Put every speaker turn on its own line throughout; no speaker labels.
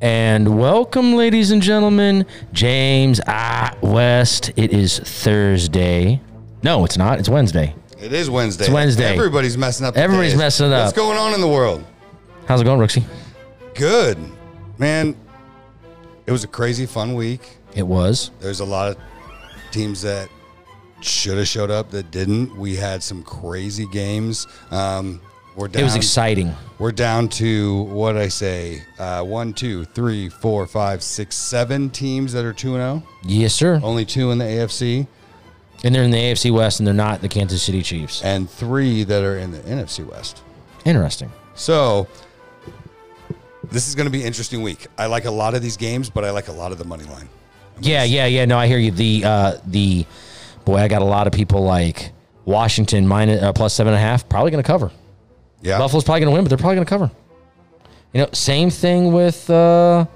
And welcome, ladies and gentlemen, James I. West. It is Thursday. No, it's not. It's Wednesday.
It is Wednesday.
It's Wednesday.
Everybody's messing up. the
Everybody's
days.
messing it up.
What's going on in the world?
How's it going, Rooksy?
Good, man. It was a crazy fun week.
It was.
There's a lot of teams that should have showed up that didn't. We had some crazy games. Um, we're down.
It was exciting.
We're down to what I say: uh, one, two, three, four, five, six, seven teams that are two and zero.
Yes, sir.
Only two in the AFC,
And they're in the AFC West, and they're not the Kansas City Chiefs.
and three that are in the NFC West.
Interesting.
So this is going to be an interesting week. I like a lot of these games, but I like a lot of the money line.
Yeah, yeah, yeah. No, I hear you. The uh, the boy, I got a lot of people like Washington minus uh, plus seven and a half. Probably going to cover.
Yeah.
Buffalo's probably going to win, but they're probably going to cover. You know, same thing with. Uh,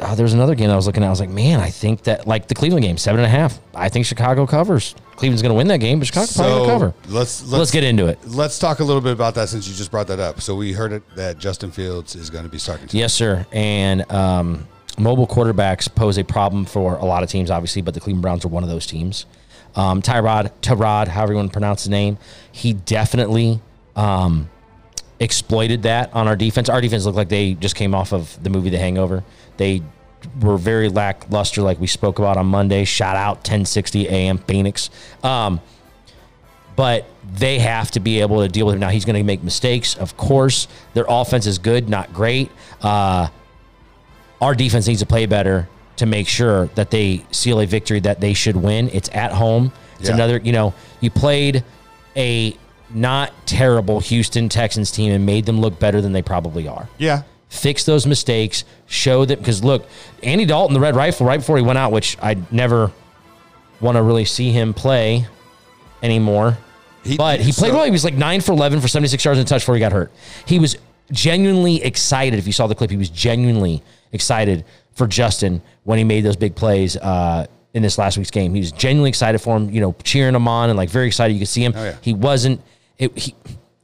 oh, there was another game that I was looking at. I was like, man, I think that like the Cleveland game, seven and a half. I think Chicago covers. Cleveland's going to win that game, but Chicago's probably
So
going to cover.
let's let's,
Let's, get into it.
Let's talk a little bit about that since you just brought that up. So we heard it that Justin Fields is going to be starting. To,
Yes, sir. And um, mobile quarterbacks pose a problem for a lot of teams, obviously, but the Cleveland Browns are one of those teams. Um, Tyrod, Tyrod, however you want to pronounce the name, he definitely um, exploited that on our defense. Our defense looked like they just came off of the movie The Hangover. They were very lackluster, like we spoke about on Monday. Shout out 1060 AM Phoenix. Um, but they have to be able to deal with him. Now he's going to make mistakes, of course. Their offense is good, not great. Uh, our defense needs to play better to make sure that they seal a victory that they should win. It's at home. It's
Yeah.
another, you know, you played a not terrible Houston Texans team and made them look better than they probably are
yeah.
fix those mistakes, show that because look, Andy Dalton, the red rifle, right before he went out, which I never want to really see him play anymore.
He-
but he played
so-
well. He was like nine for eleven for seventy six yards and a touch before he got hurt. He was genuinely excited. If you saw the clip, he was genuinely excited for Justin when he made those big plays. Uh, in this last week's game, he was genuinely excited for him, you know, cheering him on and like very excited. You could see him.
Oh, yeah.
He wasn't. It, he,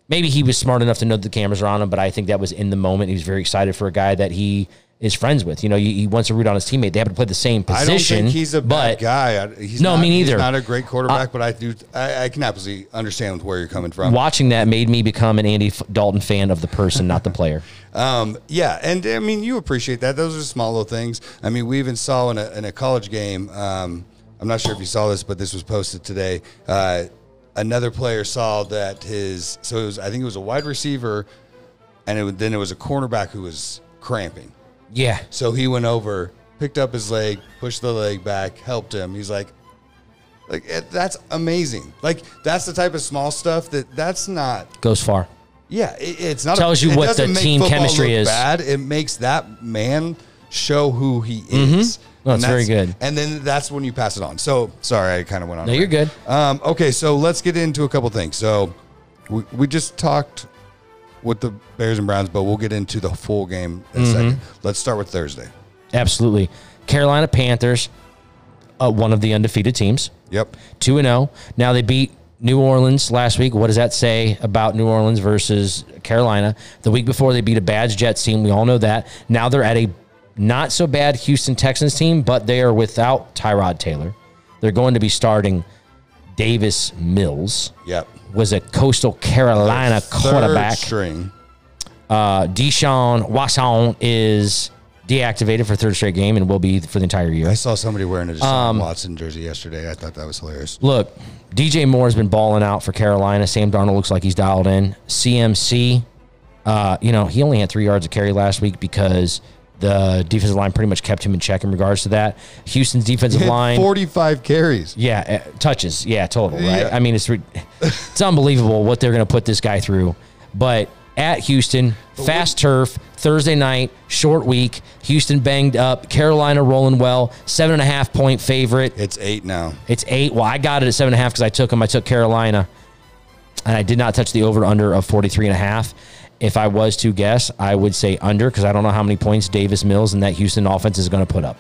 maybe he was smart enough to know that the cameras are on him, but I think that was in the moment. He was very excited for a guy that he is friends with. You know, he, he wants to root on his teammate. They happen to play the same
I don't
position.
think he's a bad
but
guy. I- He's
No,
not,
me neither.
He's not a great quarterback, but I do. I, I can absolutely understand where you're coming from.
watching that made me become an Andy F- Dalton fan of the person, not the player.
Um, yeah, and I mean, you appreciate that. Those are small little things. I mean, we even saw in a, in a college game. Um, I'm not sure if you saw this, but this was posted today. Uh, another player saw that his so it was I think it was a wide receiver, and it, was- then it was a cornerback who was cramping.
Yeah.
So he went over, picked up his leg, pushed the leg back, helped him. He's like, like eh, that's amazing. Like that's the type of small stuff that that's not
Goes far.
yeah, it, it's not
Tells you
it
what
doesn't
the
make
team
football
chemistry
look
is.
Bad. It makes that man show who he is.
Mm-hmm. No,
And
it's very
that's-
good.
And then that's when you pass it on. So sorry, I kind of went on.
No,
a
you're
rant.
good.
Um, okay, so let's get into a couple things. So we, we just talked with the Bears and Browns, but we'll get into the full game in a
Mm-hmm.
second. Let's start with Thursday.
Absolutely. Carolina Panthers, uh, one of the undefeated teams.
Yep.
2 and 0. Now they beat New Orleans last week. What does that say about New Orleans versus Carolina? The week before they beat a bad Jets team. We all know that. Now they're at a not so bad Houston Texans team, but they are without Tyrod Taylor. They're going to be starting Davis Mills.
Yep.
Was a Coastal Carolina quarterback.
Third string.
Uh, Deshaun Watson is deactivated for third straight game and will be for the entire year.
I saw somebody wearing a Deshaun
Um,
Watson jersey yesterday. I thought that was hilarious.
Look, DJ Moore's been balling out for Carolina. Sam Darnold looks like he's dialed in. CMC, uh, you know, he only had three yards of carry last week because the defensive line pretty much kept him in check in regards to that. Houston's defensive line.
Forty-five carries.
Yeah, uh, touches. Yeah, total. Right.
Yeah.
I mean, it's re- it's unbelievable what they're going to put this guy through. But at Houston, fast turf, Thursday night, short week. Houston banged up. Carolina rolling well. Seven and a half point favorite.
It's eight now.
It's eight. Well, I got it at seven and a half because I took them. I took Carolina, and I did not touch the over under of 43 and a half. If I was to guess, I would say under because I don't know how many points Davis Mills and that Houston offense is going to put up.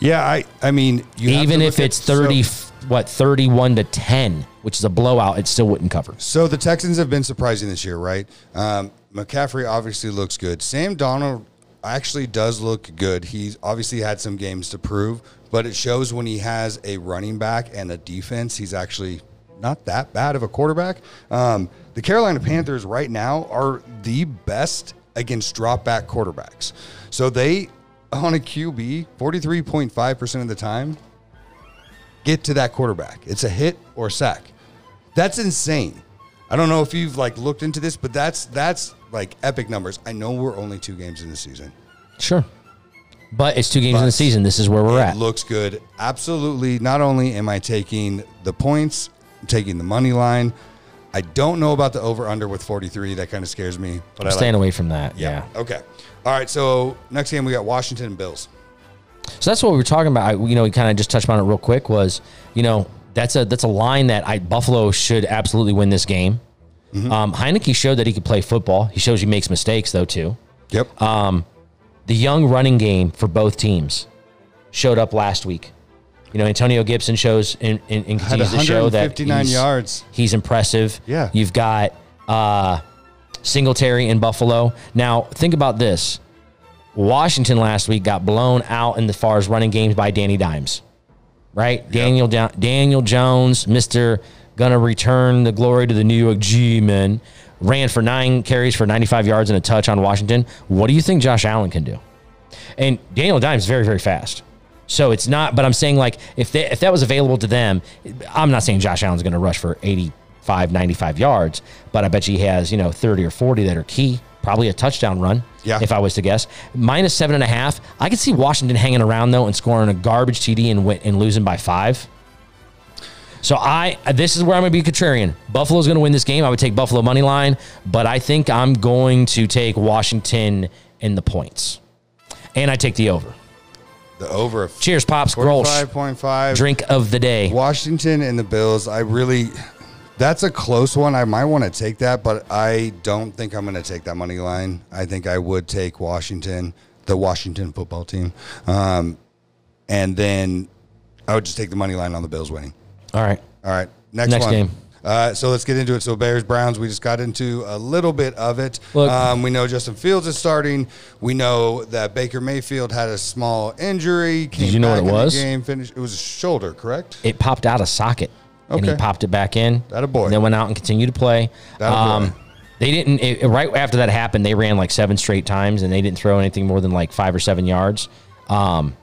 Yeah, I I mean, you have
Even
to
if
look
it's
at-
30,
So,
f what, 31 to 10, which is a blowout, it still wouldn't cover.
so the Texans have been surprising this year, right? Um, McCaffrey obviously looks good. Sam Donald actually does look good. He's obviously had some games to prove, but it shows when he has a running back and a defense, he's actually not that bad of a quarterback. Um, the Carolina Panthers right now are the best against drop back quarterbacks. So they, on a QB, 43.5% of the time, get to that quarterback. It's a hit or sack. That's insane. I don't know if you've like looked into this, but that's that's like epic numbers. I know we're only two games in the season.
Sure. But it's two games in the
But
season. This is where we're at.
It looks good. Absolutely. Not only am I taking the points, I'm taking the money line. I don't know about the over under with 43. That kind of scares me. But I
Staying
like.
away from that. Yeah.
Okay. All right. So next game we got Washington and Bills.
So that's what we were talking about. I, you know, we kind of just touched on it real quick. Was you know that's a that's a line that I Buffalo should absolutely win this game.
Mm-hmm.
Um, Heineke showed that he could play football. He shows he makes mistakes though too.
Yep.
The young running game for both teams showed up last week. You know, Antonio Gibson shows and, and, and
Had
continues to show that
159
he's-
yards.
He's impressive.
Yeah.
You've got uh, Singletary in Buffalo. Now, think about this. Washington last week got blown out in the far as running games by Danny Dimes, right? Daniel Da- Daniel Jones, Mister, gonna return the glory to the New York G-men. Ran for nine carries for 95 yards and a touch on Washington. What do you think Josh Allen can do? And Daniel Dimes is very, very fast. So it's not, but I'm saying like if they, if that was available to them, I'm not saying Josh Allen's going to rush for 85, 95 yards, but I bet you he has, you know, 30 or 40 that are key, probably a touchdown run.
Yeah.
If I was to guess, minus seven and a half. I could see Washington hanging around though and scoring a garbage TD and, win, and losing by five. So I this is where I'm going to be contrarian. Buffalo's going to win this game. I would take Buffalo money line, but I think I'm going to take Washington in the points. And I take the over.
The over of
Cheers, Pops. Grolsch.
45.5.
Drink of the day.
Washington and the Bills. I really, that's a close one. I might want to take that, but I don't think I'm going to take that money line. I think I would take Washington, the Washington football team, um, and then I would just take the money line on the Bills winning.
All right.
All right, next,
Next
one.
game.
Uh, so let's get into it. So Bears Browns, we just got into a little bit of it.
Look-
Um, we know Justin Fields is starting. We know that Baker Mayfield had a small injury. Came
you know what
back
it
in the
was?
game finished. It was a shoulder, correct?
It popped out of socket. And he
Okay.
popped it back in.
That boy.
And then went out and continued to play. Um,
That a boy.
they didn't it, it- right after that happened, they ran like seven straight times and they didn't throw anything more than like five or seven yards. Um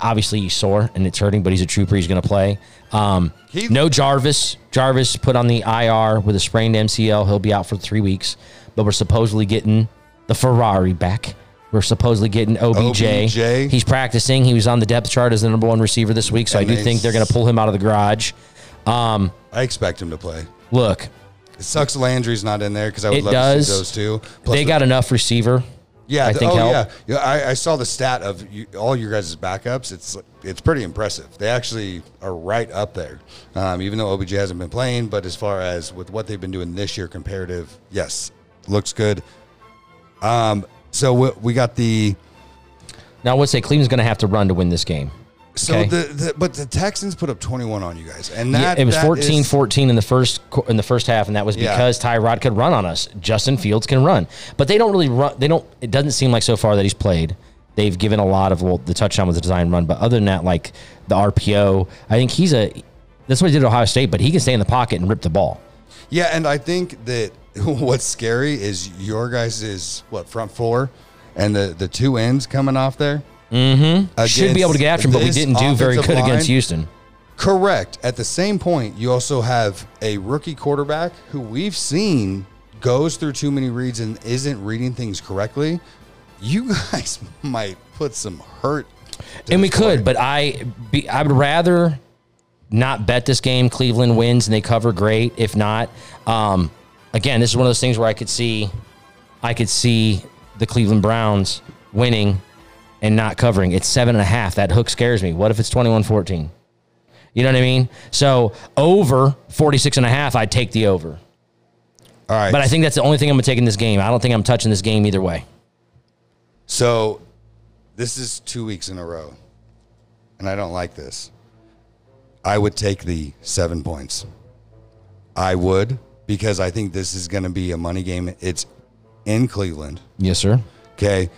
obviously he's sore and it's hurting, but he's a trooper, he's gonna play. Um
He-
no Jarvis. Jarvis put on the IR with a sprained MCL. He'll be out for three weeks. But we're supposedly getting the Ferrari back. We're supposedly getting OBJ.
OBJ.
He's practicing. He was on the depth chart as the number one receiver this week. So I
And
do
they
think they're going to pull him out of the garage.
I expect him to play.
Look,
It sucks Landry's not in there because I would
It
love
does.
to see those two.
they got enough receiver.
yeah,
I
the-
think
oh,
help.
yeah. yeah. I, I saw the stat of you, all your guys' backups. It's it's pretty impressive. They actually are right up there, um, even though OBJ hasn't been playing. But as far as with what they've been doing this year, comparative, yes, looks good. Um, so we, we got the
Now, I would say Cleveland's going to have to run to win this game.
so
Okay.
the, the but the Texans put up twenty one on you guys, and
Yeah,
that
it was
that
14
is-
14 in the first qu- in the first half and that was
Yeah.
because Tyrod could run on us. Justin Fields can run. But they don't really run they don't it doesn't seem like so far that he's played. They've given a lot of well the touchdown was a design run, but other than that like the RPO, I think he's a that's what he did at Ohio State, but he can stay in the pocket and rip the ball.
Yeah, and I think that what's scary is your guys is what front four, and the the two ends coming off there. Mm-hmm.
Should be able to get after him, but we didn't do very good against Houston.
Correct. At the same point, you also have a rookie quarterback who we've seen goes through too many reads and isn't reading things correctly. You guys might put some hurt. to
and we
this quarter.
could, but I be, I would rather not bet this game. Cleveland wins and they cover great. If not, um, again, this is one of those things where I could see, I could see the Cleveland Browns winning and not covering. It's seven and a half. That hook scares me. What if it's 21-14? You know what I mean? So over 46 and a half, I'd take the over.
All right,
But I think that's the only thing I'm going to take in this game. I don't think I'm touching this game either way.
So this is two weeks in a row, and I don't like this. I would take the seven points. I would because I think this is going to be a money game. It's in Cleveland.
Yes, sir.
Okay.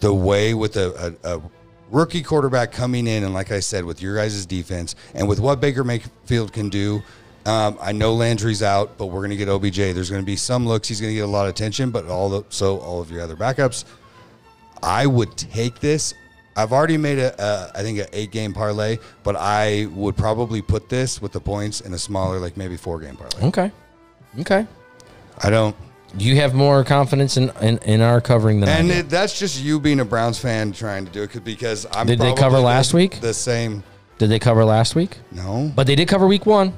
the way with a, a, a rookie quarterback coming in, and like I said, with your guys' defense and with what Baker Mayfield can do, um, I know Landry's out, but we're going to get OBJ. There's going to be some looks. He's going to get a lot of attention, but all the, so all of your other backups. I would take this. I've already made a, a I think an eight game parlay, but I would probably put this with the points in a smaller, like maybe four game parlay.
Okay. Okay.
I don't.
You have more confidence in, in, in our covering than I
And
do.
it, that's just you being a Browns fan trying to do it 'cause- because I'm.
Did they
probably
cover
the-
last week?
The same.
Did they cover last week?
No.
But they did cover week one.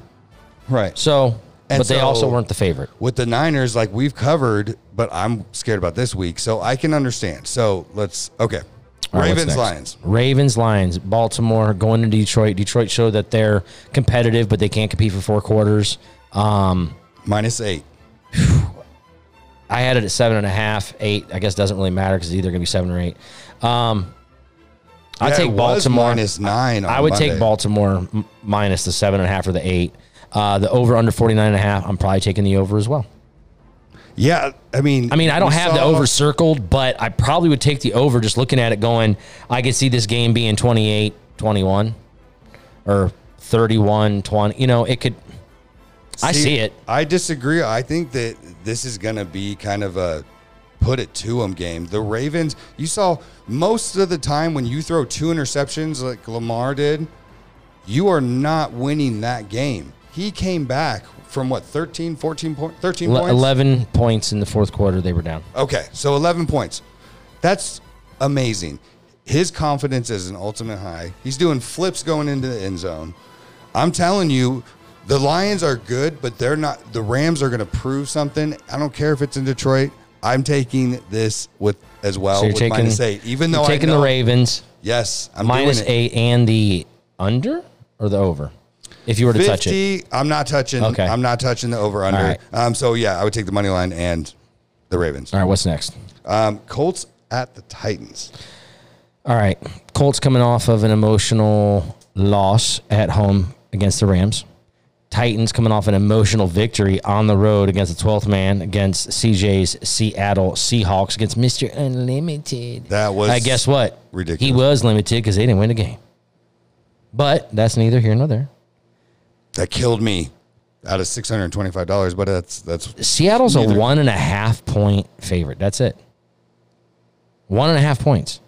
Right.
So,
And
but they
so-
also weren't the favorite.
with the Niners, like we've covered, but I'm scared about this week, so I can understand. So let's okay.
All right, what's
Ravens
next?
Lions.
Ravens, Lions, Baltimore going to Detroit. Detroit showed that they're competitive, but they can't compete for four quarters. Um,
Minus eight.
I had it at seven and a half, eight. I guess doesn't really matter because it's either going to be seven or eight. Um, I
Yeah, it
take
was
Baltimore.
minus nine. On
I would
Monday.
take Baltimore m- minus the seven and a half or the eight. Uh, the over under 49 and a half, I'm probably taking the over as well.
Yeah, I mean,
I mean, I don't
we
have the
saw-
over circled, but I probably would take the over just looking at it going, I could see this game being 28 21 or 31 20. You know, it could. I see it.
I disagree. I think that this is going to be kind of a put it to them game. The Ravens, you saw most of the time when you throw two interceptions like Lamar did, you are not winning that game. He came back from what 13 14 point 13
Le-
points
11 points in the fourth quarter, they were down.
Okay, so 11 points. That's amazing. His confidence is an ultimate high. He's doing flips going into the end zone. I'm telling you, the Lions are good, but they're not. The Rams are going to prove something. I don't care if it's in Detroit. I'm taking this with as well
So you're
with
taking
minus eight. Even though
you're
I
taking
know,
the Ravens
yes, I'm
minus
doing it.
eight and the under or the over if you were to touch it.
Fifty. I'm not touching.
Okay.
I'm not touching the over under.
All right.
Um. So yeah, I would take the money line and the Ravens.
All right, what's next?
Um. Colts at the Titans.
All right. Colts coming off of an emotional loss at home against the Rams. Titans coming off an emotional victory on the road against the 12th man against CJ's Seattle Seahawks against Mr. Unlimited.
That was
I guess what?
ridiculous.
He was limited because they didn't win the game. But that's neither here nor there.
that killed me out of six hundred and twenty five dollars. But that's that's
Seattle's a one and a half point favorite. That's it. One and a half points.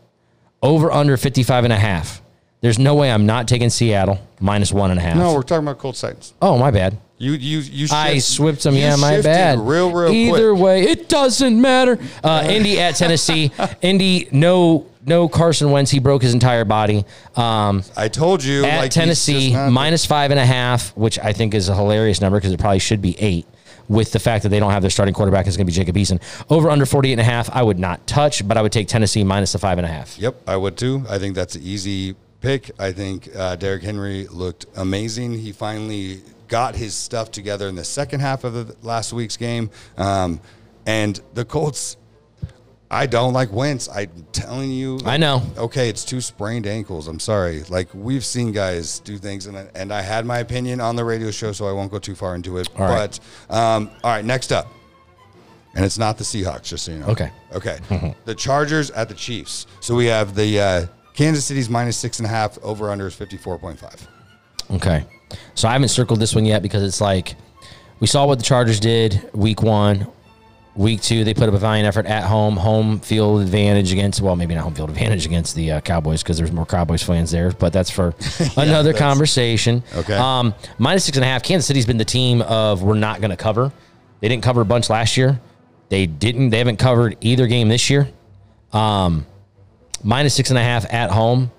Over under 55 and a half. There's no way I'm not taking Seattle minus one and a half.
no, we're talking about Colts Titans.
Oh, my bad.
You you you. Shift,
I swept them.
you
Yeah, my
shifted
bad.
Real real
Either
quick.
way, it doesn't matter. Uh, Indy at Tennessee. Indy, no, no Carson Wentz. He broke his entire body. Um,
I told you
at
like, he's
Tennessee,
just not-
minus five and a half, which I think is a hilarious number because it probably should be eight. With the fact that they don't have their starting quarterback, it's going to be Jacob Eason. Over under 48 and a half, I would not touch, but I would take Tennessee minus the five and a half.
Yep, I would too. I think that's an easy pick. I think uh, Derrick Henry looked amazing. He finally got his stuff together in the second half of the last week's game. Um, and the Colts, I don't like Wentz. I'm telling you,
I know.
okay, it's two sprained ankles. I'm sorry. Like we've seen guys do things, and I, and I had my opinion on the radio show, so I won't go too far into it.
All right.
but um, all right, next up, and it's not the Seahawks, just so you know.
Okay. Mm-hmm.
okay. The Chargers at the Chiefs. So we have the uh, Kansas City's minus six and a half. Over under is fifty four point five.
Okay. So I haven't circled this one yet because it's like we saw what the Chargers did week one. Week two, they put up a valiant effort at home, home field advantage against, well, maybe not home field advantage against the uh, Cowboys because there's more Cowboys fans there, but that's for another
that's-
conversation.
Okay.
Um, minus six and a half. Kansas City's been the team of we're not going to cover. They didn't cover a bunch last year. They didn't. They haven't covered either game this year. Um, minus six and a half at home.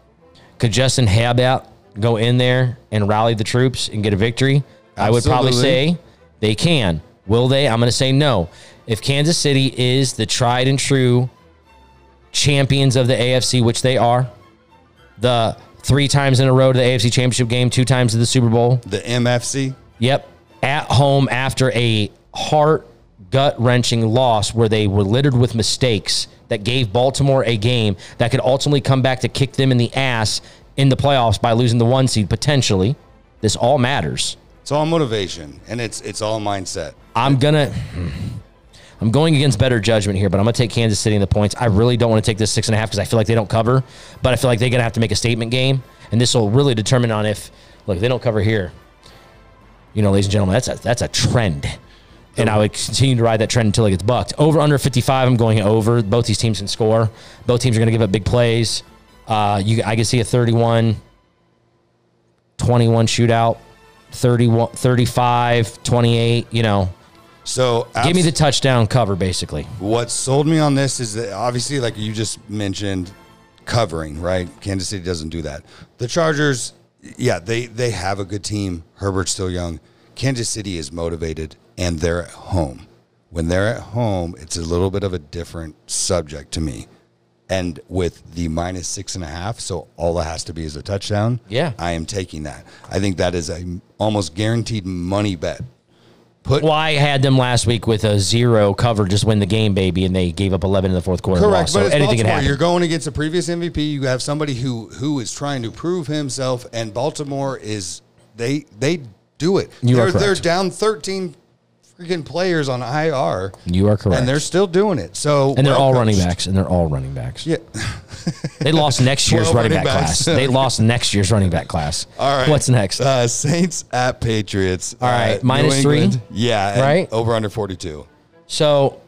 Could Justin Habbat go in there and rally the troops and get a victory? I would probably
Absolutely.
say they can. Will they? I'm going to say no. If Kansas City is the tried and true champions of the AFC, which they are, the three times in a row to the AFC Championship game, two times to the Super Bowl.
The MFC.
Yep. At home after a heart gut wrenching loss where they were littered with mistakes that gave Baltimore a game that could ultimately come back to kick them in the ass in the playoffs by losing the one seed potentially. This all matters.
It's all motivation, and it's it's all mindset.
I'm gonna hmm, I'm going against better judgment here, but I'm going to take Kansas City in the points. I really don't want to take this six and a half because I feel like they don't cover, but I feel like they're going to have to make a statement game, and this will really determine on if look if they don't cover here. You know, ladies and gentlemen, that's a, that's a trend, and I would continue to ride that trend until it gets bucked. Over under 55, I'm going over. Both these teams can score. Both teams are going to give up big plays. Uh, you, I can see a 31, 21 shootout, 31, 35, 28. You know,
So
give me the touchdown cover basically.
What sold me on this is that obviously, like you just mentioned, covering right. Kansas City doesn't do that. The Chargers, yeah, they they have a good team. Herbert's still young. Kansas City is motivated, and they're at home. When they're at home, it's a little bit of a different subject to me. And with the minus six and a half, so all it has to be is a touchdown.
Yeah.
I am taking that. I think that is a almost guaranteed money bet. Put
Well, I had them last week with a zero cover, just win the game, baby, and they gave up 11 in the fourth quarter. and
Correct,
lost.
but
so
it's
anything can
Baltimore.
happen.
You're going against a previous MVP. You have somebody who who is trying to prove himself, and Baltimore is they they do it.
You
they're,
are correct.
they're down 13 freaking players on IR,
You are correct.
and they're still doing it. So
And they're all
welcome.
running backs, and they're all running backs.
Yeah,
They lost next year's
Twelve
running back
running
class.
backs.
They lost next year's running back class.
all right.
What's next?
Uh, Saints at Patriots. All
right, minus three?
Yeah, and
Right?
Over under 42.
So,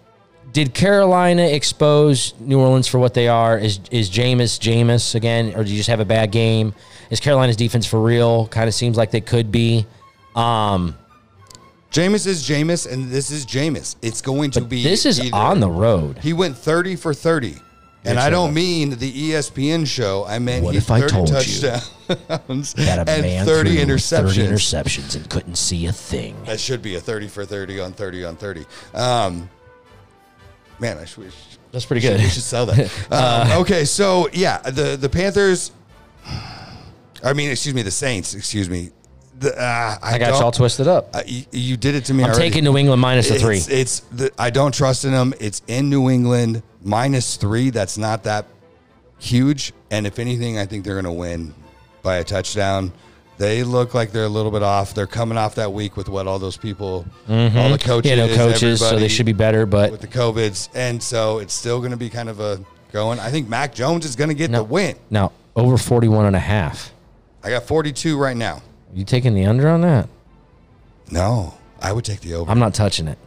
did Carolina expose New Orleans for what they are? Is is Jameis Jameis again, or do you just have a bad game? Is Carolina's defense for real? Kind of seems like they could be. Um,
Jameis is Jameis, and this is Jameis. It's going to be.
this is
either.
on the road.
He went 30 for 30. And I don't mean the E ESPN show. I meant
What
he
if I
30
told you
touchdowns
That a man
and 30
threw
interceptions.
30 interceptions and couldn't see a thing.
that should be a 30 for 30 on 30 on 30. Um, man, I should, we should-
That's pretty good.
we should sell that. Um, okay, so yeah, the, the Panthers, I mean, excuse me, the Saints, excuse me. The, uh, I,
I got
don't-
y'all twisted up.
Uh, you, you did it to me
I'm
already.
taking New England minus the three.
It's, it's the, I don't trust in them. It's in New England minus three. That's not that huge. And if anything, I think they're going to win by a touchdown. They look like they're a little bit off. They're coming off that week with what all those people, all the coaches,
You know, Mm-hmm. coaches, so they
everybody
should be better,
with
but
the covids, and so it's still going to be kind of a going. I think Mac Jones is going to get
No.
the win.
now over 41 and a half.
I got 42 right now.
You taking the under on that?
No, I would take the over. I'm,
I'm not touching it.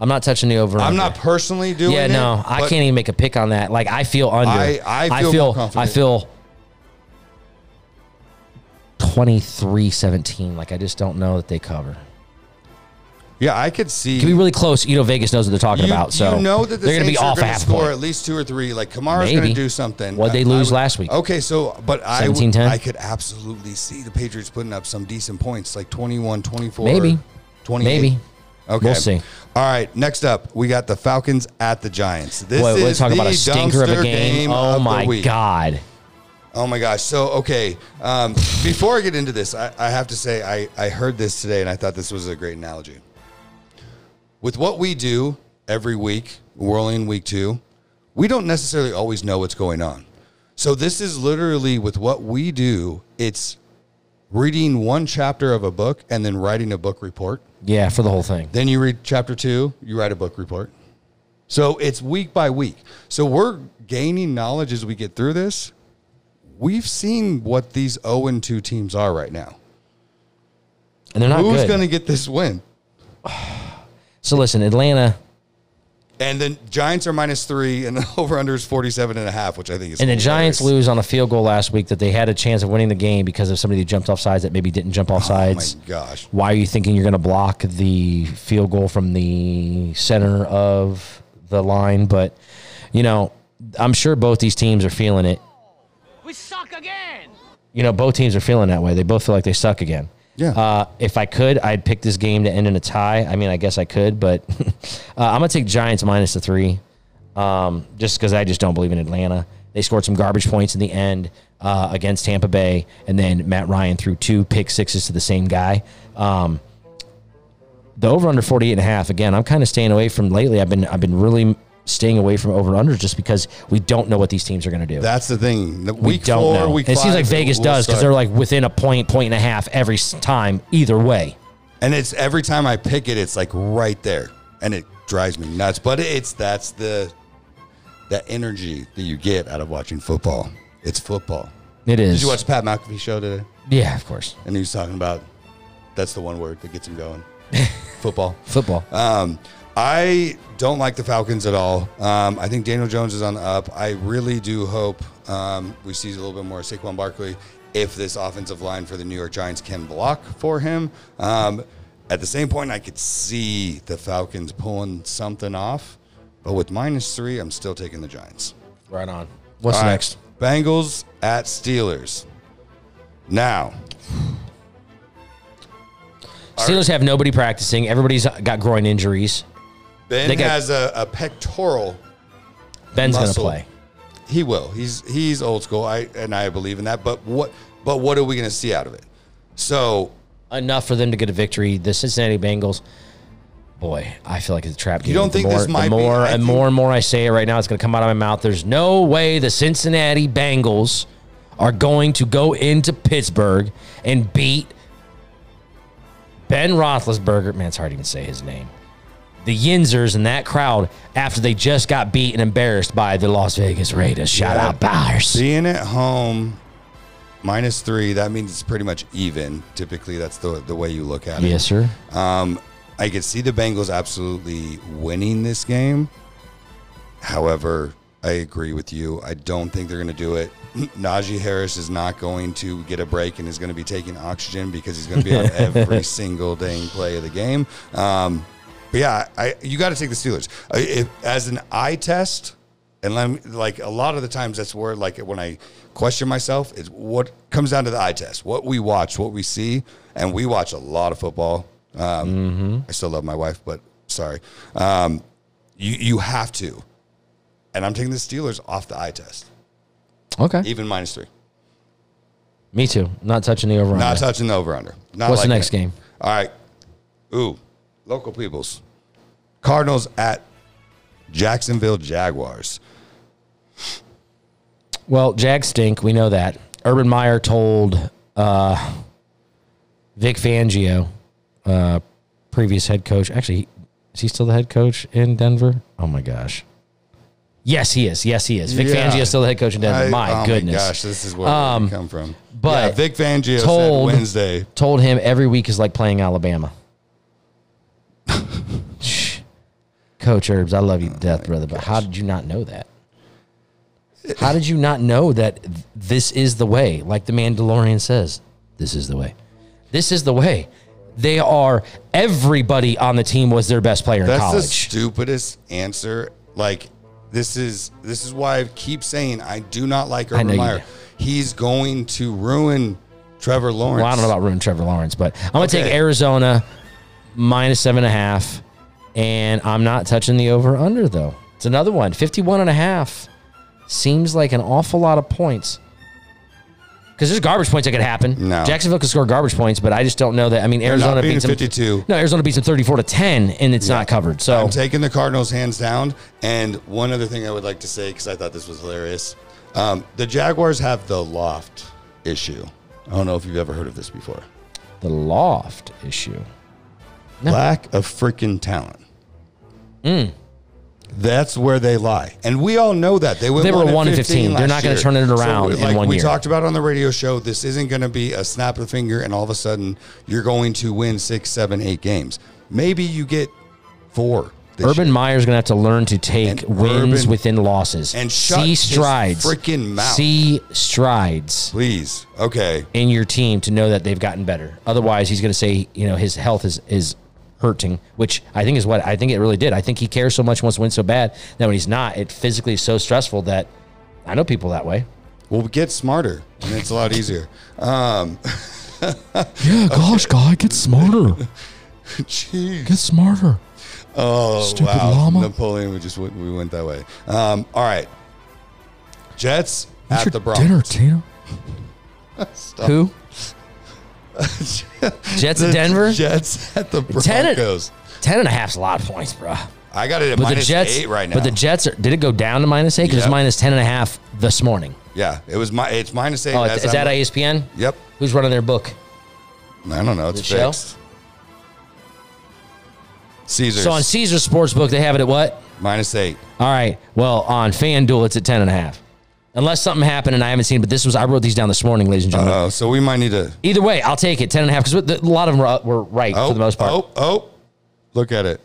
I'm not touching the over. under.
not personally doing.
Yeah,
it,
no, I
but
can't even make a pick on that. Like I feel under.
I- I feel more
I
confident.
feel 23-17. Like I just don't know that they cover.
Yeah, I could see.
Can be really close. You know, Vegas knows what they're talking about. So
you know that the
they're
Saints
gonna be
are
off a
gonna
half
score
point.
at least two or three. Like Kamara's
Maybe.
going to do something.
What'd they
I- I
lose
would-
last week?
Okay, so but I would-
17-10?
I could absolutely see the Patriots putting up some decent points, like 21, 24,
Maybe.
28.
Maybe.
Okay.
We'll see.
All right, next up, we got the Falcons at the Giants. This
Boy,
is
we're talking about
the
a stinker of a
dumpster
game.
of
oh
the
my
week.
god.
Oh my gosh. So, okay. Um, before I get into this, I, I have to say I, I heard this today and I thought this was a great analogy. With what we do every week, we're only in week two, we don't necessarily always know what's going on. So, this is literally with what we do, it's reading one chapter of a book and then writing a book report.
Yeah, for the whole thing.
Then you read chapter two, you write a book report. So it's week by week. So we're gaining knowledge as we get through this. We've seen what these 0 and 2 teams are right now.
And they're not
Who's
Ah, good.
going to get this win?
so listen, Atlanta
And then Giants are minus three, and the over under is 47 and a half, which I think is.
and the Giants
hilarious.
lose on a field goal last week that they had a chance of winning the game because of somebody who jumped off sides that maybe didn't jump off sides.
Oh my gosh.
why are you thinking you're going to block the field goal from the center of the line? But, you know, I'm sure both these teams are feeling it.
We suck again!
You know, both teams are feeling that way. They both feel like they suck again.
Yeah.
Uh, if I could, I'd pick this game to end in a tie. I mean, I guess I could, but uh, I'm going to take Giants minus the three um, just because I just don't believe in Atlanta. They scored some garbage points in the end uh, against Tampa Bay, and then Matt Ryan threw two pick sixes to the same guy. Um, the over under 48 and a half again i'm kind of staying away from lately i've been i've been really staying away from over under just because we don't know what these teams are going to do
That's the thing. The
we
week
don't
four,
know
week
And it seems
five,
like vegas
we'll
does because
start.
they're like within a point point and a half every s- time either way
And it's every time I pick it, it's like right there. And it drives me nuts. But it's that's the the energy that you get out of watching football. It's football.
It is.
Did you watch Pat McAfee show today?
Yeah, of course.
And he was talking about that's the one word that gets him going. football.
Football.
Um, I don't like the Falcons at all. Um, I think Daniel Jones is on the up. I really do hope um, we see a little bit more Saquon Barkley if this offensive line for the New York Giants can block for him. Um, at the same point, I could see the Falcons pulling something off, but with minus three, I'm still taking the Giants.
right on. What's
All right.
next?
Bengals at Steelers. Now,
Steelers have nobody practicing. Everybody's got groin injuries.
Ben
They got-
has a, a pectoral
Ben's going to
Muscle.
play.
He will. He's he's old school. I and I believe in that. But what but what are we going to see out of it? So
Enough for them to get a victory. The Cincinnati Bengals. Boy, I feel like it's a trap game.
don't think
the more,
this might
the
be-
more
I
and
think-
more and more I say it right now, it's going to come out of my mouth. There's no way the Cincinnati Bengals are going to go into Pittsburgh and beat Ben Roethlisberger. Man, it's hard to even say his name. The Yinzers and that crowd after they just got beat and embarrassed by the Las Vegas Raiders. Shout
Yeah.
out Bowers.
being at home minus three, that means it's pretty much even. Typically, that's the the way you look at it.
Yes, sir.
Um, I could see the Bengals absolutely winning this game. However, I agree with you. I don't think they're going to do it. Najee Harris is not going to get a break and is going to be taking oxygen because he's going to be on every single dang play of the game. Um, but yeah, I, you got to take the Steelers I, if, as an eye test. And let me, like a lot of the times, that's where like when I question myself is what comes down to the eye test, what we watch, what we see, and we watch a lot of football. Um, I still love my wife, but sorry, um, you you have to and I'm taking the Steelers off the eye test,
Okay.
even minus three.
Me too. Not touching the over.
Not touching the over under. Not
What's the
liking
next
it.
game?
All right. Ooh, local peoples. Cardinals at Jacksonville Jaguars.
Well, Jags stink. We know that. Urban Meyer told uh, Vic Fangio, uh, previous head coach. Actually, he- is he still the head coach in Denver? Oh my gosh. Yes, he is. Yes, he is. Vic
Yeah.
Fangio is still the head coach in Denver.
I-
my
oh
goodness. Um,
gosh, this is where we come from.
but
Yeah, Vic Fangio
told-
said Wednesday.
Told him every week is like playing Alabama. Shh. Coach Herbs, I love you to death, brother, but how did you not know that? How did you not know that th- this is the way? Like the Mandalorian says, this is the way. This is the way. They are everybody on the team was their best player in
That's the
college.
stupidest answer. Like this is this is why I keep saying I do not like
know
Urban
you
Meyer.
do.
He's going to ruin Trevor Lawrence.
Well, I don't know about ruining Trevor Lawrence, but I'm gonna take
Okay.
Arizona minus seven and a half, and I'm not touching the over under though. It's another one. 51 and a half seems like an awful lot of points. Because there's garbage points that could happen.
No.
Jacksonville could score garbage points, but I just don't know that. I mean, Arizona
beating
beats them
52.
No, Arizona beats them 34 to 10, and it's not covered. So
I'm taking the Cardinals hands down. And one other thing I would like to say because I thought this was hilarious: um, the Jaguars have the loft issue. I don't know if you've ever heard of this before.
the loft issue. No.
Lack of freaking talent. That's where they lie, and we all know that they, went
They were 1 and 15. They're
last
not gonna
year.
turn it around in
like
one
we
year.
talked about on the radio show, this isn't going to be a snap of the finger, and all of a sudden you're going to win six, seven, eight games. Maybe you get four. This year.
Urban Meyer's gonna have to learn to take
And
wins
Urban-
within losses
and shut
see
his
strides,
freaking mouth.
see strides.
please, okay.
in your team to know that they've gotten better. Otherwise, he's going to say, you know, his health is is hurting, which I think is what I think it really did. I think he cares so much, wants to win so bad that when he's not, it physically is so stressful that I know people that way.
Well, get smarter, and it's a lot easier. Um,
Yeah, gosh, guy, get smarter.
jeez.
Get smarter.
Oh,
Stupid
wow.
llama.
Napoleon, we just went, we went that way. Um, all right. Jets
What's
at
your
the Bronx.
dinner, Tina?
Who? Jets
The
of Denver?
Jets at the
Ten and-
Broncos.
Ten and a half's a lot of points, bro.
I got it at
But
minus
the Jets
eight right now.
But the Jets are, did it go down to minus eight? 'Cause
Yep.
it's minus ten and a half this morning.
yeah, it was my. It's minus eight.
Oh,
as
is, is
I'm-
that ESPN?
Yep.
Who's running their book?
I don't know. It's
The show?
fixed. Caesars
So on Caesars Sportsbook, they have it at what?
minus eight.
All right. Well, on FanDuel, it's at 10 and a half. Unless something happened and I haven't seen it, but this was, I wrote these down this morning, ladies and gentlemen.
Oh, so we might need to.
Either way, I'll take it, 10 and a half, because a lot of them were, were right
Oh,
for the most part.
Oh, oh, look at it.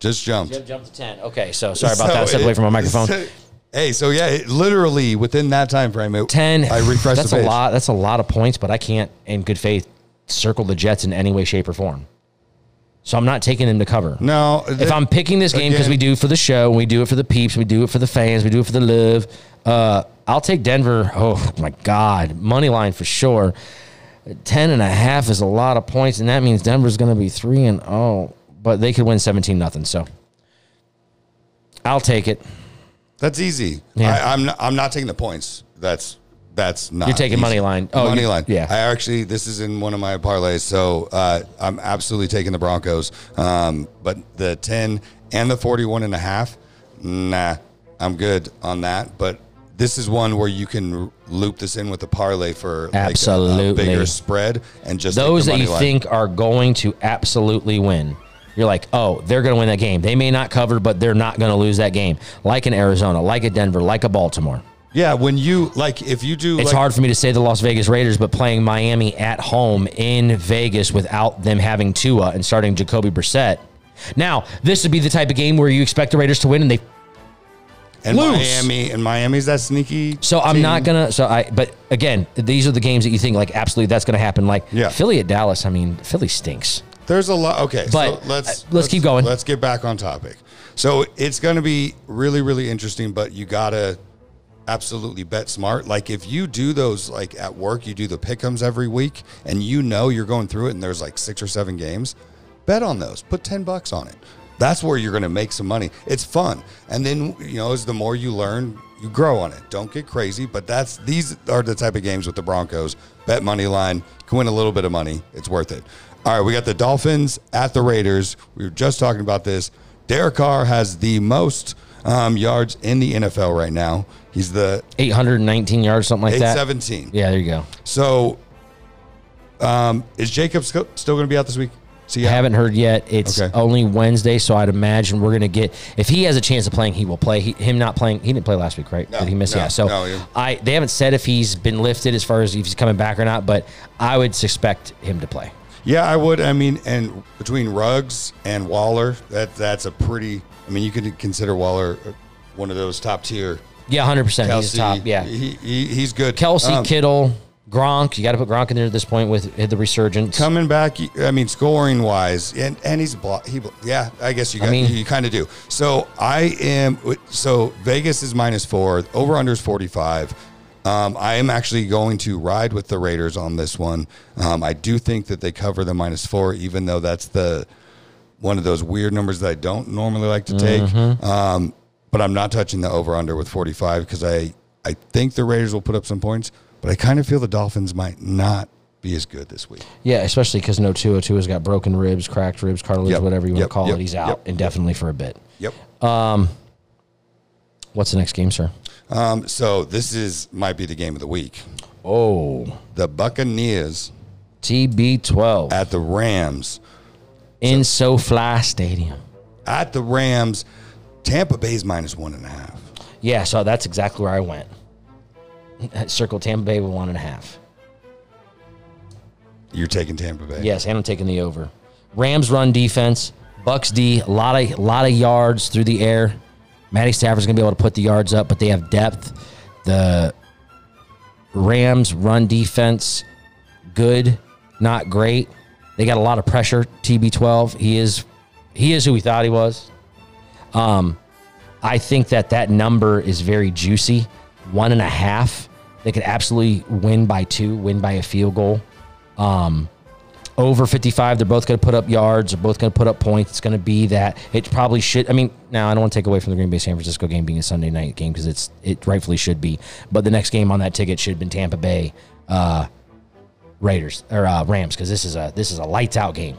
Just jumped.
Jump, jump to 10. Okay, so sorry about
So
that. I stepped
it-
away from my microphone.
hey, so yeah, it, literally within that time frame, it,
10.
I refreshed
That's
the page.
a lot. That's a lot of points, but I can't, in good faith, circle the Jets in any way, shape, or form. So I'm not taking them to cover.
No,
if I'm picking this game because
again-
we do it for the show, we do it for the peeps, we do it for the fans, we do it for the love. Uh, I'll take Denver. Oh my God, money line for sure. Ten and a half is a lot of points, and that means Denver's going to be three and oh, but they could win seventeen nothing. So I'll take it.
that's easy.
Yeah.
I, I'm not, I'm not taking the points. That's that's not.
You're taking
easy.
money line. Oh,
money
you-
line.
yeah.
I actually this is in one of my parlays, so uh, I'm absolutely taking the Broncos. Um, but the ten and the 41 and a half, nah, I'm good on that. But this is one where you can r- loop this in with a parlay for like, a- a
Absolutely.
bigger spread and just take
Those
the
that
money
you
line.
think are going to absolutely win. You're like, oh, they're going to win that game. They may not cover, but they're not going to lose that game. Like in Arizona, like at Denver, like a Baltimore.
Yeah, when you like, if you do,
It's
like,
hard for me to say the Las Vegas Raiders, but playing Miami at home in Vegas without them having Tua and starting Jacoby Brissett. Now, this would be the type of game where you expect the Raiders to win, and they.
And
lose.
Miami and Miami's that sneaky.
So I'm
team.
not gonna. So I. But again, these are the games that you think like absolutely that's gonna happen. Like
Yeah.
Philly at Dallas. I mean, Philly stinks.
There's a lot. Okay,
But,
so let's,
uh, let's keep going.
Let's get back on topic. So it's going to be really, really interesting. But you gotta absolutely bet smart. Like if you do those, like at work, you do the pickums every week, and you know you're going through it, and there's like six or seven games. Bet on those. Put ten bucks on it. That's where you're going to make some money. It's fun, and then you know, as the more you learn, you grow on it. Don't get crazy, but that's these are the type of games with the Broncos. Bet money line can win a little bit of money. It's worth it. All right, we got the Dolphins at the Raiders. We were just talking about this. Derek Carr has the most um, yards in the NFL right now. He's the
819 yards, something like that.
817.
Yeah, there you go.
So, um, is Jacob sco- still going to be out this week? See,
I haven't heard yet. It's
Okay.
only Wednesday, so I'd imagine we're going to get if he has a chance of playing, he will play. He, him not playing, he didn't play last week, right?
No,
Did he miss?
no,
yeah. So
no, he-
I they haven't said if he's been lifted as far as if he's coming back or not, but I would suspect him to play.
Yeah, I would. I mean, and between Ruggs and Waller, that that's a pretty. I mean, you could consider Waller uh, one of those top tier.
Yeah, hundred percent. He's
Kelsey,
top. Yeah,
he, he, he's good.
Kelsey,
Um,
Kittle, Gronk. You got to put Gronk in there at this point with the resurgence.
coming back. I mean, scoring wise, and and he's block. He blo- yeah, I guess you got
mean-
you kind of do. So I am. So Vegas is minus four. Over under is forty five. Um, I am actually going to ride with the Raiders on this one. Um, I do think that they cover the minus four, even though that's the one of those weird numbers that I don't normally like to take. Um, but I'm not touching the over under with 45 because I, I think the Raiders will put up some points, but I kind of feel the Dolphins might not be as good this week.
Yeah, especially because no two two has got broken ribs, cracked ribs, cartilage,
Yep,
whatever you want
yep,
to call
yep,
it. He's
yep,
out
yep.
indefinitely for a bit.
Yep.
What's the next game, sir?
Um, so this is might be the game of the week.
Oh,
The Buccaneers
TB12
at the Rams.
in SoFly Stadium.
At the Rams, Tampa Bay's minus one and a half.
Yeah, so that's exactly where I went. Circle Tampa Bay with one and a half.
You're taking Tampa Bay.
Yes, and I'm taking the over. Rams run defense. Bucks D, a lot of lot of yards through the air. Matty Stafford's gonna be able to put the yards up, but they have depth. The Rams run defense, good, not great. They got a lot of pressure. TB12, he is he is who we thought he was. Um, I think that that number is very juicy. One and a half. They could absolutely win by two, win by a field goal. Um, over 55, they're both going to put up yards. They're both going to put up points. It's going to be that. It probably should. I mean, now I don't want to take away from the Green Bay San Francisco game being a Sunday night game because it's it rightfully should be. But the next game on that ticket should have been Tampa Bay uh, Raiders or uh, Rams because this is a this is a lights out game.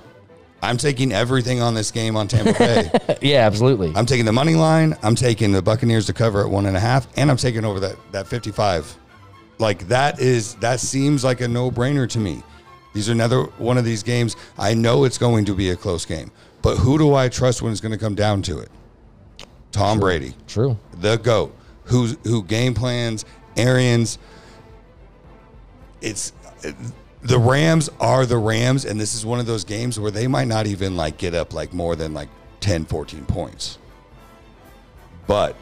I'm taking everything on this game on Tampa Bay.
yeah, absolutely.
I'm taking the money line. I'm taking the Buccaneers to cover at one and a half, and I'm taking over that that 55. Like that is that seems like a no brainer to me. These are another one of these games. I know it's going to be a close game, But who do I trust when it's going to come down to it? Tom Brady,
True.
the goat, who's who game plans, Arians. It's the Rams are the Rams, and this is one of those games where they might not even like get up like more than like 10, 14 points. But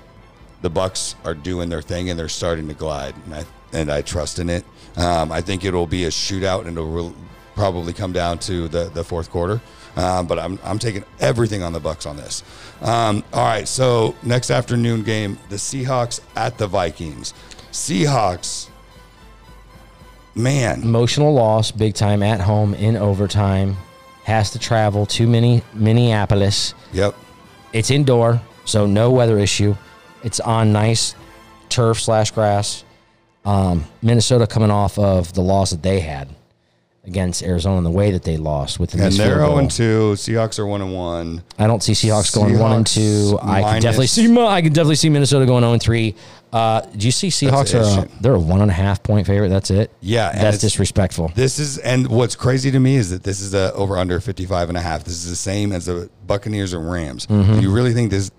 the Bucks are doing their thing and they're starting to glide, and I and I trust in it. Um, I think it'll be a shootout, and it'll re- probably come down to the the fourth quarter. Um, but I'm I'm taking everything on the Bucks on this. Um, all right, so next afternoon game, the Seahawks at the Vikings. Seahawks, man.
Emotional loss, big time at home in overtime. Has to travel to mini Minneapolis.
Yep.
It's indoor, so no weather issue. It's on nice turf slash grass. Um, Minnesota coming off of the loss that they had against Arizona, and the way that they lost with the
And
missed field
they're
goal.
0 and 2. Seahawks are 1 and 1.
I don't see Seahawks going one and two.
Seahawks
I can definitely
minus-
see. Mo- I can definitely see Minnesota going zero and three. Uh, do you see Seahawks
it,
are?
shit.
They're a one and a half point favorite. That's it.
Yeah, and
that's
it's-
disrespectful.
This is and what's crazy to me is that this is a over under 55 and a half. This is the same as the Buccaneers and Rams. Do you really think this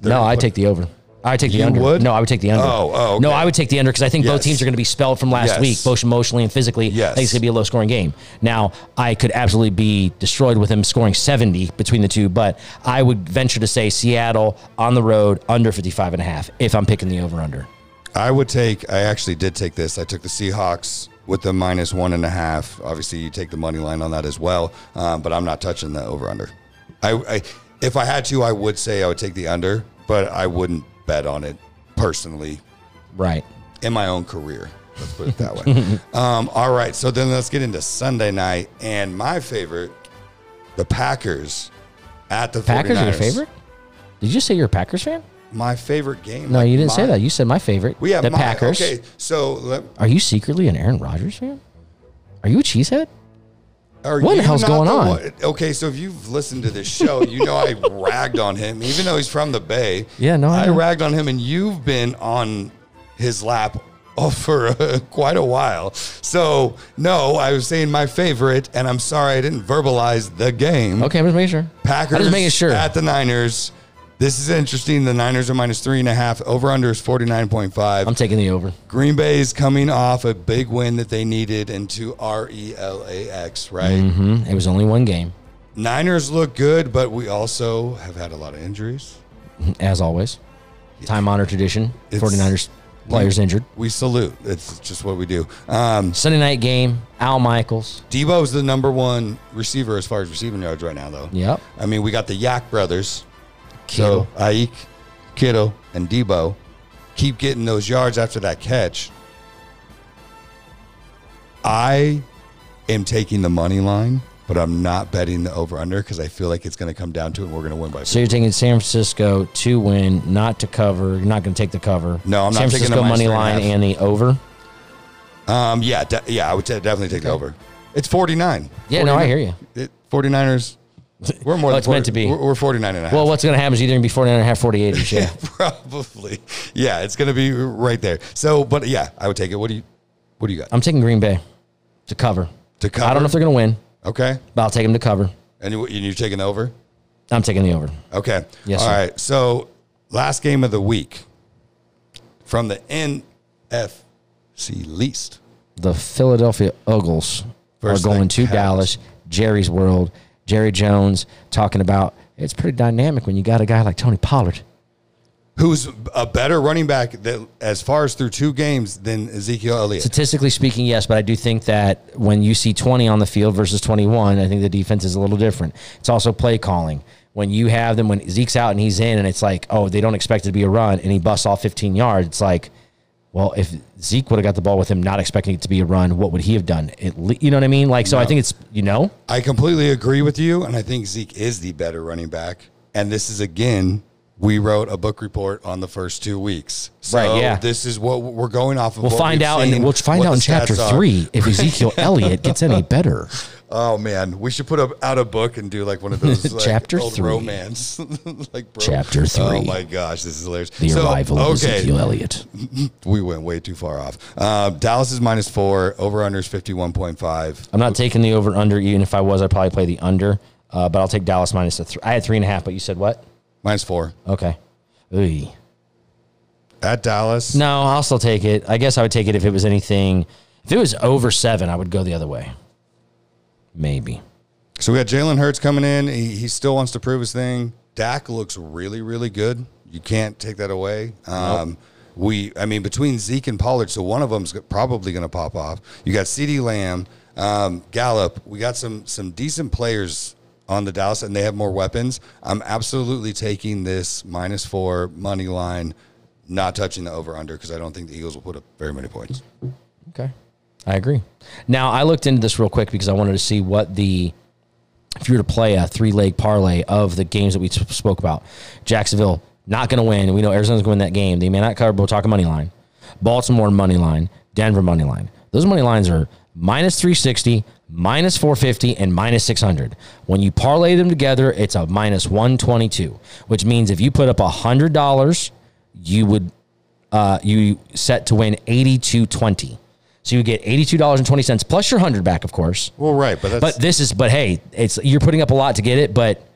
they're
Mm-hmm. No,
gonna
I
put-
take the over. I take the
You
under.
would?
No, I would take the under.
Oh, oh,
no,
okay.
I would take the under because I think both
Yes.
teams are going to be spelled from last
Yes.
week, both emotionally and physically.
Yes.
I think it's going to be a low scoring game. Now, I could absolutely be destroyed with them scoring 70 between the two, but I would venture to say Seattle on the road under 55 and a half if I'm picking the over under.
I would take I actually did take this. I took the Seahawks with the minus one and a half. Obviously you take the money line on that as well. Um, but I'm not touching the over under. I, I if I had to, I would say I would take the under, but I wouldn't bet on it personally
Right.
in my own career. Let's put it that way. um, all right, so then let's get into Sunday night and my favorite, the Packers at the
Packers are your
49ers.
favorite? Did you say you're a Packers fan?
My favorite game.
No,
like
you didn't say
my-
that. You said my favorite.
We have
the
my-
Packers.
Okay, so let,
Are you secretly an Aaron Rodgers fan? Are you a cheesehead?
Are
What the
you
hell's
not
going on?
one- okay, so if you've listened to this show, you know I ragged on him, even though he's from the Bay.
Yeah, no, I
I,
know.
ragged on him, and you've been on his lap oh, for uh, quite a while. So no, I was saying my favorite, and I'm sorry I didn't verbalize the game.
Okay, I'm just making sure.
Packers
I'm just making sure.
at the Niners. This is interesting. The Niners are minus three and a half. Over under is forty nine point five.
I'm taking the over.
Green Bay is coming off a big win that they needed into R E L A X, right?
Mm, It was only one game,
Niners look good, but we also have had a lot of injuries.
as always. Time honored tradition.
It's-
49ers players injured.
We salute. It's just what we do. Um,
Sunday night game. Al Michaels.
Debo is the number one receiver as far as receiving yards right now, though.
Yep.
I mean, we got the Yak brothers.
Kittle.
So Aik, Kittle, and Debo keep getting those yards after that catch. I am taking the money line, but I'm not betting the over under because I feel like it's going to come down to it and we're going to win by
So you're taking San Francisco to win, not to cover. You're not going to take the cover.
No, I'm
San
not taking the
Francisco
minus
money
three and a
line
half.
and the over.
Um, yeah, de- yeah, I would de- definitely take it over. It's 49.
Yeah, no, I hear you.
It, 49ers, we're more
Oh,
than
it's meant to be.
We're, we're 49 and a half.
Well, what's going to happen is either going to be 49 and a half, 48 ish. Yeah.
probably. Yeah, it's going to be right there. So, but yeah, I would take it. What do you what do you got?
I'm taking Green Bay to cover.
To cover?
I don't know if they're going to win,
Okay.
but I'll take them to cover.
And you, and you're taking over?
I'm taking the over.
Okay.
Yes,
All
sir.
right. So, last game of the week from the NFC least.
the Philadelphia Uggles
Versus
are going
the
to
Cavs.
Dallas, Jerry's World. Jerry Jones talking about it's pretty dynamic when you got a guy like Tony Pollard.
Who's a better running back that, as far as through two games than Ezekiel Elliott?
Statistically speaking, yes, but I do think that when you see 20 on the field versus 21, I think the defense is a little different. It's also play calling. When you have them, when Zeke's out and he's in, and it's like, oh, they don't expect it to be a run, and he busts off 15 yards, it's like, well, if Zeke would have got the ball with him, not expecting it to be a run, what would he have done? It, le- you know what I mean? Like, so I think it's, you know?
I completely agree with you, and I think Zeke is the better running back. And this is again, we wrote a book report on the first two weeks. So
Right, yeah.
This is what we're going off of.
We'll
what
find
we've
out,
seen,
and we'll find
what
out
the
in chapter
stats are.
three if Ezekiel Elliott gets any better.
Oh man, we should put up, out a book and do like one of those like,
Chapter
old
three.
romance, like bro.
Chapter
Oh
three.
my gosh, this is hilarious.
The
So,
arrival of Ezekiel Elliott.
we went way too far off. Uh, Dallas is minus four. Over under is fifty one point five.
I'm not taking the over under, even if I was, I'd probably play the under. Uh, but I'll take Dallas minus the three. I had three and a half, but you said what?
Mine's four.
Okay. Ooh.
At Dallas.
No, I'll still take it. I guess I would take it if it was anything. If it was over seven, I would go the other way. Maybe.
So we got Jalen Hurts coming in. He, he still wants to prove his thing. Dak looks really, really good. You can't take that away. Um, We, I mean, between Zeke and Pollard, so one of them's probably going to pop off. You got Ceedee Lamb, um, Gallup. We got some some decent players on the Dallas, and they have more weapons. I'm absolutely taking this minus four money line, not touching the over under because I don't think the Eagles will put up very many points.
Okay. I agree. Now, I looked into this real quick because I wanted to see what the, if you were to play a three leg parlay of the games that we s- spoke about, Jacksonville not going to win. We know Arizona's going to win that game. They may not cover Botaka money line, Baltimore money line, Denver money line. Those money lines are minus 360, minus 450, and minus 600. When you parlay them together, it's a minus 122, which means if you put up $100, you would uh, you set to win eighty two twenty. So you get eighty two dollars and twenty cents plus your hundred back, of course.
Well, right, but that's
But this is but hey, it's you're putting up a lot to get it. But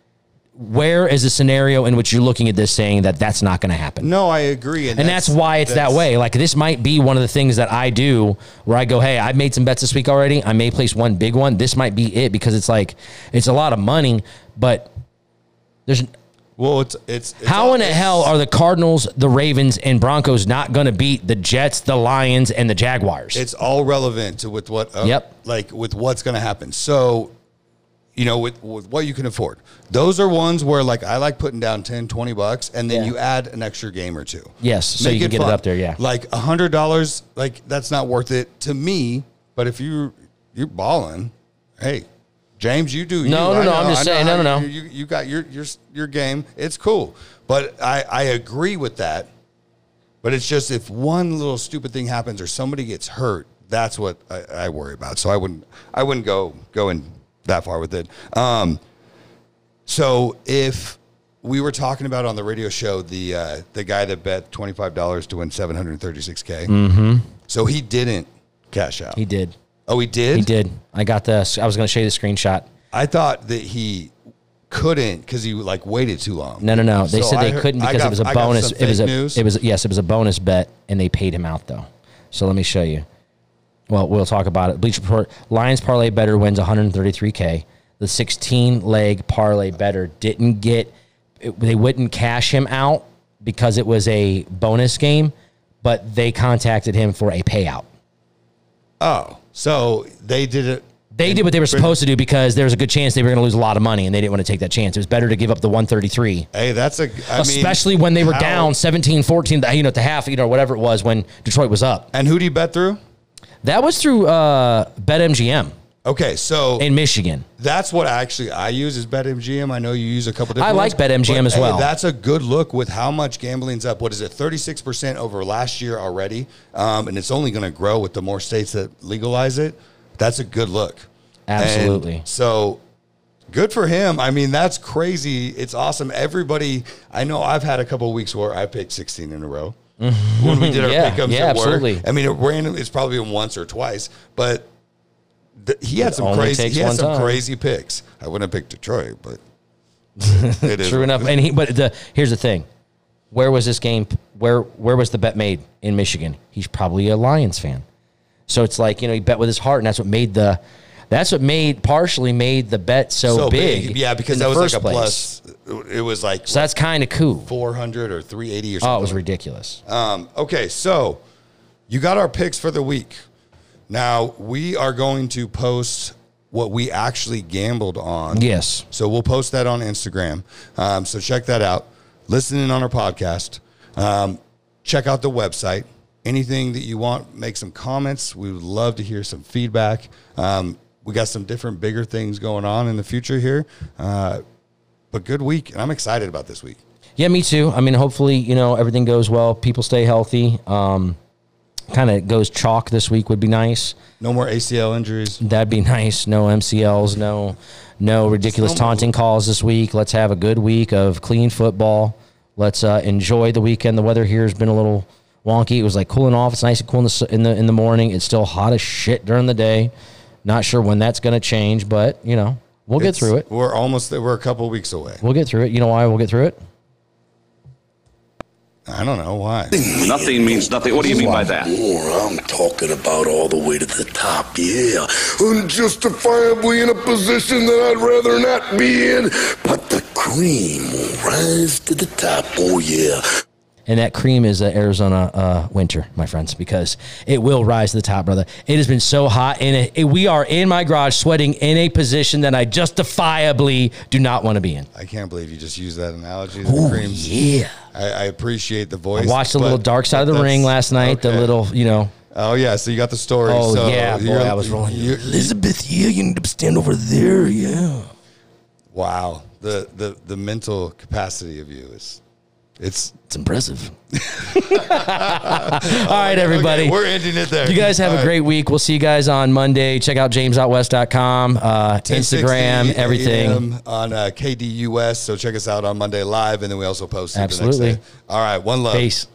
where is a scenario in which you're looking at this saying that that's not going to happen?
no, I agree,
And that's, why it's that
that's-
way. Like this might be one of the things that I do where I go, hey, I've made some bets this week already. I may place one big one. This might be it because it's like it's a lot of money, but there's
Well, it's it's, it's
how
all-
in the
it's-
hell are the Cardinals, the Ravens, and Broncos not going to beat the Jets, the Lions, and the Jaguars?
it's all relevant to with what uh,
Yep.
like with what's going to happen so you know with, with what you can afford those are ones where like i like putting down 10 20 bucks and then
Yeah.
you add an extra game or two
Yes, so you can get it up there, yeah.
like a hundred dollars like that's not worth it to me but if you you're balling hey james you do
No,
you.
no,
I
no, I'm
know-
just
I know
saying,
how
no, no,
you-
no.
you, you got your your your game it's cool but i i agree with that but it's just if one little stupid thing happens or somebody gets hurt, that's what I, I worry about. So I wouldn't I wouldn't go go in that far with it. Um, so if we were talking about on the radio show the uh, the guy that bet twenty five dollars to win seven hundred thirty six k. So he didn't cash out.
Mm-hmm. he did.
oh, he did.
He did. I got the. I was going to show you the screenshot.
I thought that he couldn't because he like waited too long.
No, no, no. They
So
said
I
they
heard-
couldn't
I
because
got-
it was a
I got
bonus.
some
It was
fake
a.
news.
It was yes. It was a bonus bet, and they paid him out though. So let me show you. Well, we'll talk about it. Bleach Report Lions parlay better wins 133k. The 16 leg parlay better didn't get. It, they wouldn't cash him out because it was a bonus game, but they contacted him for a payout.
Oh, so they did it.
They did what they were supposed to do because there was a good chance they were going to lose a lot of money, and they didn't want to take that chance. It was better to give up the 133
Hey, that's a. I mean,
especially when they were
how-
down 17 14 you know at the half you know whatever it was when detroit was up
And who do you bet through?
that was through uh betmgm
Okay, so
in michigan
that's what actually I use is BetMGM. I know you use a couple different.
I like
ones,
BetMGM
but,
as well.
that's a good look with how much gambling's up. What is it? Thirty six percent over last year already, um, and it's only going to grow with the more states that legalize it. That's a good look. And
Absolutely.
so good for him. I mean, that's crazy. It's awesome. Everybody, I know I've had a couple weeks where I picked 16 in a row when we did our
Mm-hmm. Yeah,
pickups
yeah,
at work.
absolutely.
I mean, it random. It's probably been once or twice, but th- he had some
only
crazy.
takes
He had
one
some
time.
crazy picks. I wouldn't have picked Detroit, but it is
true
what it
enough
is.
and he but the here's the thing where was this game where where was the bet made in michigan he's probably a lions fan so it's like you know he bet with his heart and that's what made the that's what made partially made the bet so, big,
yeah, because
in
that
the
was like
first
a
place.
plus. It was like
so that's kind of cool
400 or 380 or something.
oh it was ridiculous
Um, okay, so you got our picks for the week. Now we are going to post what we actually gambled on.
yes
So we'll post that on Instagram. Um, so check that out. Listen in on our podcast. Um, check out the website. Anything that you want, make some comments. We would love to hear some feedback. Um, we got some different, bigger things going on in the future here. Uh, but good week. And I'm excited about this week.
Yeah, me too. I mean, hopefully, you know, everything goes well. People stay healthy. Um, kind of goes chalk this week would be nice.
No more ACL injuries.
That'd be nice. No MCLs. No, no ridiculous
Still-
taunting calls this week. Let's have a good week of clean football. Let's uh, enjoy the weekend. The weather here has been a little wonky. It was like cooling off. It's nice and cool in the s- in the in the morning. It's still hot as shit during the day. Not sure when that's gonna change, but you know, We'll get
It's-
through it.
We're almost there. We're a couple weeks away.
We'll get through it. You know why we'll get through it?
I don't know why.
Nothing means nothing. What do you mean by that?
More I'm talking about all the way to the top, yeah. Unjustifiably in a position that I'd rather not be in, but the cream will rise to the top, oh yeah.
And that cream is uh, Arizona uh, winter, my friends, because it will rise to the top, brother. It has been so hot, and it, it- we are in my garage sweating in a position that I justifiably do not want to be in.
I can't believe you just used that analogy. to
Ooh,
The creams.
yeah.
I, I appreciate the voice.
I watched the
but-
little dark side of the
but
ring
that's-
last night. The
okay.
little, you know.
Oh yeah, so you got the story.
Oh,
so
yeah, boy,
you're-
I was rolling.
you-
Elizabeth, yeah, you need to stand over there, yeah.
wow, the, the the mental capacity of you is, it's
It's impressive. All right, everybody.
Okay, we're ending it there.
You guys have
All
a
right.
great week. We'll see you guys on Monday. Check out jamesoutwest.com, uh,
1060
Instagram, everything.
AM on uh, KDUS. So check us out on Monday live, and then we also post it
Absolutely.
The next day. All right, one love.
Peace.